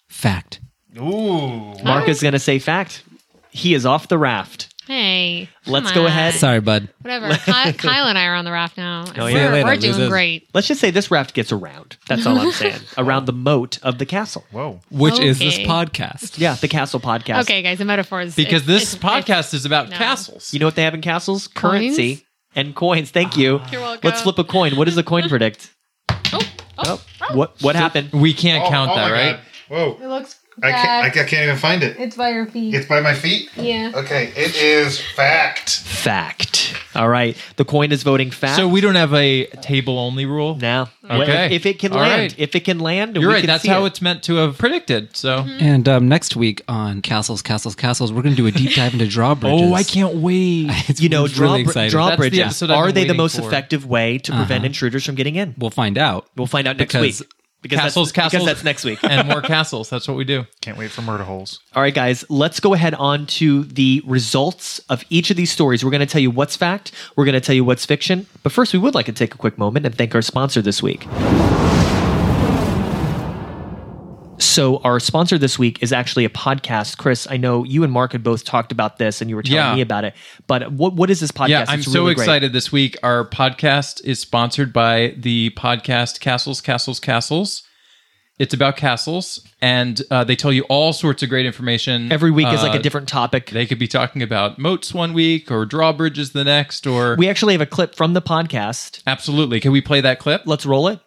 S6: Fact.
S4: Ooh.
S1: Mark is going to say fact. He is off the raft.
S5: Hey.
S1: Let's
S5: come
S1: go ahead.
S5: on.
S6: Sorry, bud.
S5: Whatever. Ky- Kyle and I are on the raft now.
S1: Oh, yeah.
S5: we're,
S6: Later,
S5: we're doing
S6: losers.
S5: great.
S1: Let's just say this raft gets around. That's all I'm saying. around the moat of the castle.
S4: Whoa.
S6: Which is this
S5: Okay.
S6: podcast?
S1: Yeah, the castle podcast.
S5: Okay, guys, the metaphors.
S3: Because
S5: it's-
S3: this
S5: it's-
S3: podcast is about
S5: no.
S3: castles.
S1: You know what they have in castles? Currency
S5: Coins?
S1: and coins. Thank you.
S5: You're welcome.
S1: Let's flip a coin. What does the coin predict?
S5: Oh,
S1: Oh,
S5: oh, oh.
S1: what what happened?
S3: we can't
S4: Oh,
S3: count that, right?
S4: Whoa.
S5: looks
S4: I can't, I, can't even find it.
S5: It's by your feet.
S4: It's by my feet.
S5: yeah.
S4: Okay. It is fact.
S1: Fact. All right. The coin is voting fact.
S3: So we don't have a table only rule.
S1: now.
S3: Okay.
S1: If, if it can
S3: All
S1: land,
S3: right.
S1: if it can land,
S3: You're
S1: we
S3: right.
S1: can
S3: That's
S1: see
S3: how
S1: it.
S3: it's meant to have predicted. So,
S4: Mm-hmm.
S6: And um, next week on Castles, Castles, Castles, we're going to do a deep dive into drawbridges.
S3: oh, I can't wait.
S6: It's
S1: you know,
S6: really
S1: draw,
S6: exciting.
S1: drawbridges
S3: episode I've
S1: are
S3: been
S1: they the
S3: waiting
S1: most
S3: for. Uh-huh.
S1: effective way to prevent intruders from getting in?
S6: We'll find out.
S1: We'll find out next
S6: Because
S1: week. Because
S3: castles,
S1: that's,
S3: castles,
S1: because that's next week.
S3: and more castles. That's what we do.
S4: Can't wait for murder holes.
S1: All right, guys, let's go ahead on to the results of each of these stories. We're going to tell you what's fact, we're going to tell you what's fiction. But first, we would like to take a quick moment and thank our sponsor this week. So, our sponsor this week is actually a podcast. Chris, I know you and Mark had both talked about this and you were telling
S3: Yeah.
S1: me about it. But what, what is this podcast?
S3: Yeah, I'm
S1: It's
S3: so
S1: really great.
S3: excited this week. Our podcast is sponsored by the podcast Castles, Castles, Castles. It's about castles, and uh, they tell you all sorts of great information.
S1: Every week is like a
S3: Uh,
S1: different topic.
S3: They could be talking about moats one week or drawbridges the next, or
S1: We actually have a clip from the podcast.
S3: absolutely. Can we play that clip?
S1: Let's roll it.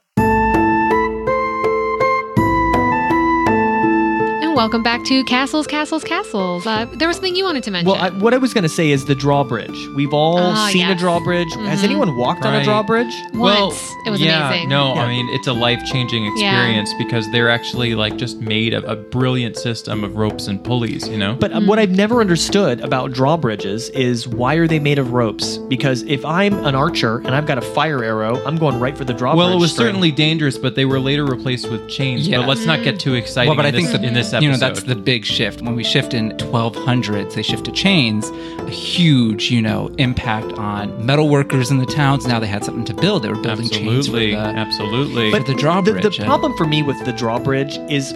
S5: And welcome back to Castles, Castles, Castles. Uh, there was something you wanted to mention.
S1: Well, I, what I was going to say is the drawbridge. We've all
S5: Ah,
S1: seen a
S5: yes. Mm-hmm.
S1: drawbridge. Has anyone walked on a
S3: Right.
S1: drawbridge?
S5: Once. it was
S3: yeah,
S5: amazing.
S3: No,
S1: Yeah.
S3: I mean it's a life changing experience because they're actually like just made a, a brilliant system of ropes and pulleys. You know,
S1: But uh, what I've
S5: Mm-hmm.
S1: never understood about drawbridges is why are they made of ropes? Because if I'm an archer and I've got a fire arrow, I'm going right for the drawbridge.
S3: Well, it was
S1: string.
S3: certainly dangerous, but they were later replaced with chains.
S6: Yeah.
S3: But let's not get too excited.
S6: Well, but I
S3: in,
S6: think
S3: this,
S6: that
S3: in this episode,
S6: you know that's the big shift. When we shift in 1200s, they shift to chains. A huge, you know, impact on metal workers in the towns. Now they had something to build. They were building chains for
S3: absolutely,
S6: the,
S3: absolutely.
S6: for the drawbridge.
S1: The,
S6: and-
S1: problem for me with the drawbridge is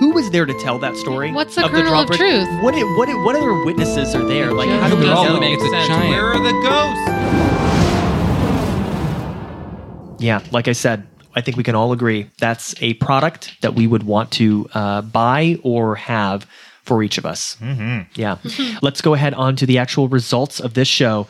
S1: who was there to tell that story?
S5: What's the
S1: of the
S5: kernel of
S1: drawbridge?
S5: truth?
S1: What, it, what, it, what other witnesses are there? Like, how do we
S6: It all
S1: know?
S6: makes sense. Where
S3: are the ghosts?
S1: Yeah, like I said, I think we can all agree that's a product that we would want to uh, buy or have for each of us. Mm-hmm. Yeah. Let's go ahead on to the actual results of this show.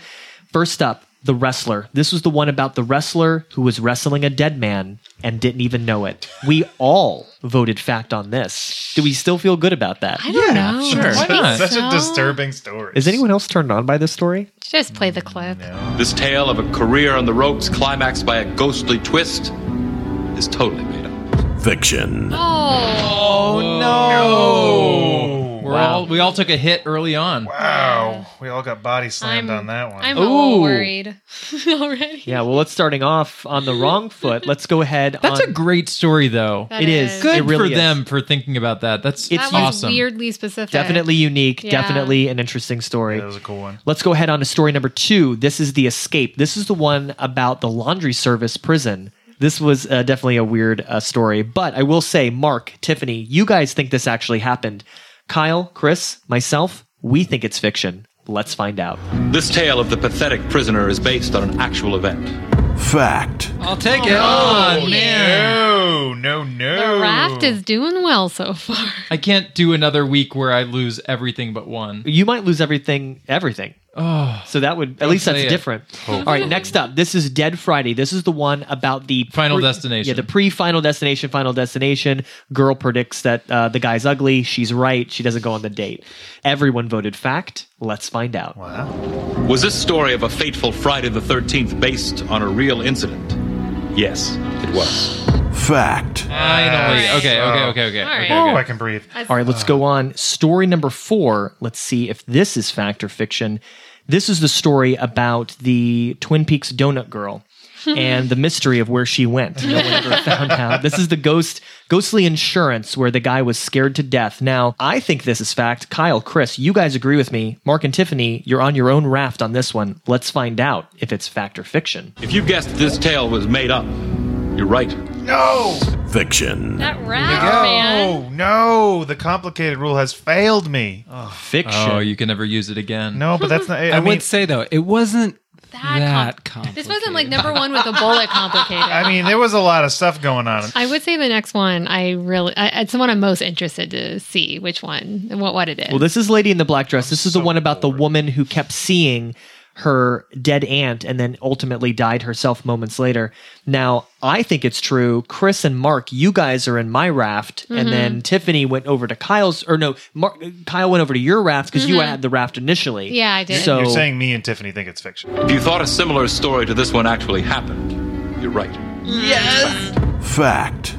S1: First up, The Wrestler. This was the one about the wrestler who was wrestling a dead man and didn't even know it. We all voted fact on this. Do we still feel good about that?
S5: I don't know.
S6: sure.
S5: I
S6: Why
S5: think
S3: not?
S4: Such
S5: so.
S4: a disturbing story.
S1: Is anyone else turned on by this story?
S5: Just play the
S4: Mm,
S5: clip.
S9: This tale of a career on the ropes climaxed by a ghostly twist is totally made up.
S2: Fiction.
S5: Oh,
S3: No, we're
S1: Wow.
S3: all we all took a hit early on.
S4: Wow. We all got body slammed
S5: I'm-
S4: on that one.
S5: I'm a little
S1: Ooh.
S5: worried already.
S1: Yeah, well, let's starting off on the wrong foot. Let's go ahead.
S3: That's
S1: on,
S3: a great story, though.
S5: That
S1: It is.
S5: is.
S3: Good
S1: It really
S3: for
S1: is.
S3: them for thinking about that. That's
S5: that
S3: it's
S5: was
S3: awesome.
S5: weirdly specific.
S1: Definitely unique.
S5: Yeah.
S1: Definitely an interesting story.
S4: that was a cool one.
S1: Let's go ahead on to story number two. This is The Escape. This is the one about the laundry service prison This was uh, definitely a weird uh, story. But I will say, Mark, Tiffany, you guys think this actually happened. Kyle, Chris, myself, we think it's fiction. Let's find out.
S9: This tale of the pathetic prisoner is based on an actual event.
S2: Fact.
S6: I'll take it.
S3: Oh,
S4: No, no, no.
S5: The raft is doing well so far.
S3: I can't do another week where I lose everything but one.
S1: You might lose everything, everything. Oh, so that would at least that's
S3: say it.
S1: different. All right, next up, this is Dead Friday. This is the one about the
S3: Final Destination.
S1: Yeah, the pre-final destination, final destination. Girl predicts that uh, the guy's ugly. She's right. She doesn't go on the date. Everyone voted fact. Let's find out.
S9: Was this story of a fateful Friday the 13th based on a real incident? Yes, it was.
S2: Fact.
S3: Finally. Okay, okay, okay, okay.
S5: All right.
S4: Oh, I can breathe.
S1: All right, let's go on. Story number four. Let's see if this is fact or fiction. This is the story about the Twin Peaks donut girl and the mystery of where she went. No one ever found out. This is the ghost ghostly insurance where the guy was scared to death. Now, I think this is fact. Kyle, Chris, you guys agree with me. Mark and Tiffany, you're on your own raft on this one. Let's find out if it's fact or fiction.
S9: If you guessed this tale was made up, you're right.
S4: No.
S2: Fiction.
S5: That raft, man.
S4: Oh, no. The complicated rule has failed me.
S1: Fiction.
S3: Oh, you can never use it again.
S4: No, but that's not. I,
S6: I
S4: mean,
S6: would say though, it wasn't
S5: That,
S6: that
S5: com-
S6: complicated.
S5: This wasn't like number one with a bullet complicated.
S4: I mean, there was a lot of stuff going on.
S5: I would say the next one. I really, I, it's the one I'm most interested to see which one and what what it is.
S1: Well, this is Lady in the Black Dress. This is the one about the woman who kept seeing her dead aunt and then ultimately died herself moments later. Now, I think it's true. Chris and Mark, you guys are in my raft,
S5: Mm-hmm.
S1: and then Tiffany went over to Kyle's, or no, Mark, Kyle went over to your raft because you had the raft initially.
S5: Mm-hmm. Yeah, I did.
S1: So
S4: You're saying me and Tiffany think it's fiction.
S9: If you thought a similar story to this one actually happened, you're right.
S2: Fact.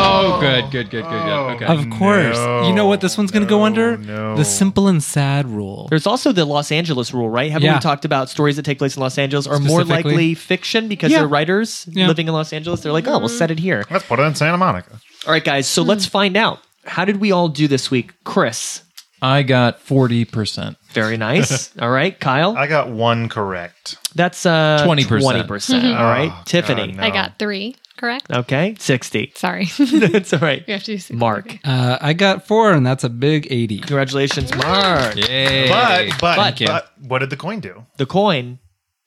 S3: Oh, good, good, good, good,
S1: Oh.
S3: good. Okay.
S6: Of course. you know what this one's going to go under?
S4: Oh, no.
S6: The simple and sad rule.
S1: there's also the Los Angeles rule, right? Haven't
S6: Yeah.
S1: we talked about stories that take place in Los Angeles are more
S6: Specifically.
S1: likely fiction because
S6: Yeah.
S1: they're writers
S6: Yeah.
S1: living in Los Angeles? They're like, oh,
S5: Mm-hmm.
S1: we'll set it here.
S4: Let's put it in Santa Monica.
S1: All right, guys. So
S4: Hmm.
S1: let's find out. How did we all do this week? Chris,
S3: I got 40%.
S1: very nice. all right, Kyle.
S4: I got one correct.
S1: That's uh
S3: 20%.
S1: percent. All right, Tiffany.
S4: Oh, God,
S5: I got three correct.
S1: Okay, sixty.
S5: Sorry,
S1: That's all right.
S5: We have to do six.
S1: Mark,
S6: Uh, I got four, and that's a big 80.
S1: congratulations, Mark.
S3: Yay.
S4: But, but, but,
S1: But-
S4: what did the coin do?
S1: The coin,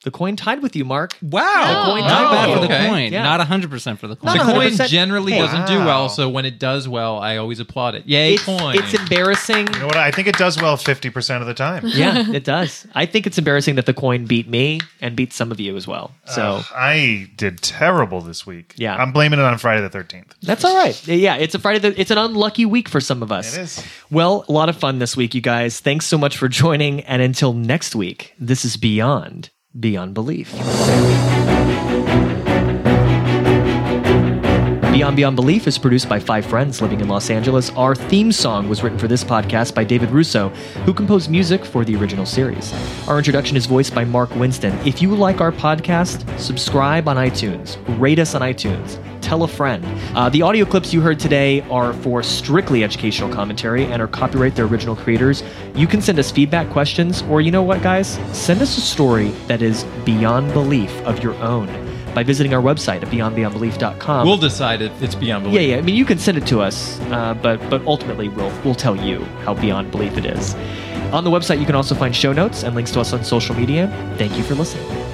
S1: the coin tied with you, Mark.
S6: Wow.
S5: Oh.
S6: Not bad for the
S3: okay.
S6: coin.
S1: Yeah.
S6: Not 100% for the coin.
S1: Not
S3: The
S1: 100%.
S3: coin generally
S1: Hey.
S3: doesn't do
S4: Wow.
S3: well, so when it does well, I always applaud it. Yay,
S1: It's,
S3: coin.
S1: it's embarrassing.
S4: You know what? I think it does well 50% of the time.
S1: yeah, it does. I think it's embarrassing that the coin beat me and beat some of you as well. So
S4: I did terrible this week.
S1: Yeah.
S4: I'm blaming it on Friday the 13th.
S1: That's all right. Yeah, it's a Friday. The, it's an unlucky week for some of us.
S4: It is.
S1: Well, a lot of fun this week, you guys. Thanks so much for joining. And until next week, this is Beyond Beyond Belief. Beyond Beyond Belief is produced by five friends living in Los Angeles. Our theme song was written for this podcast by David Russo, who composed music for the original series. Our introduction is voiced by Mark Winston. If you like our podcast, subscribe on iTunes, rate us on iTunes, tell a friend. Uh, the audio clips you heard today are for strictly educational commentary and are copyright their original creators. You can send us feedback, questions, or you know what, guys? Send us a story that is beyond belief of your own by visiting our website at beyondbeyondbelief.com.
S3: we'll decide it. It's beyond belief.
S1: Yeah, yeah. I mean, you can send it to us, uh, but but ultimately, we'll we'll tell you how beyond belief it is. On the website, you can also find show notes and links to us on social media. Thank you for listening.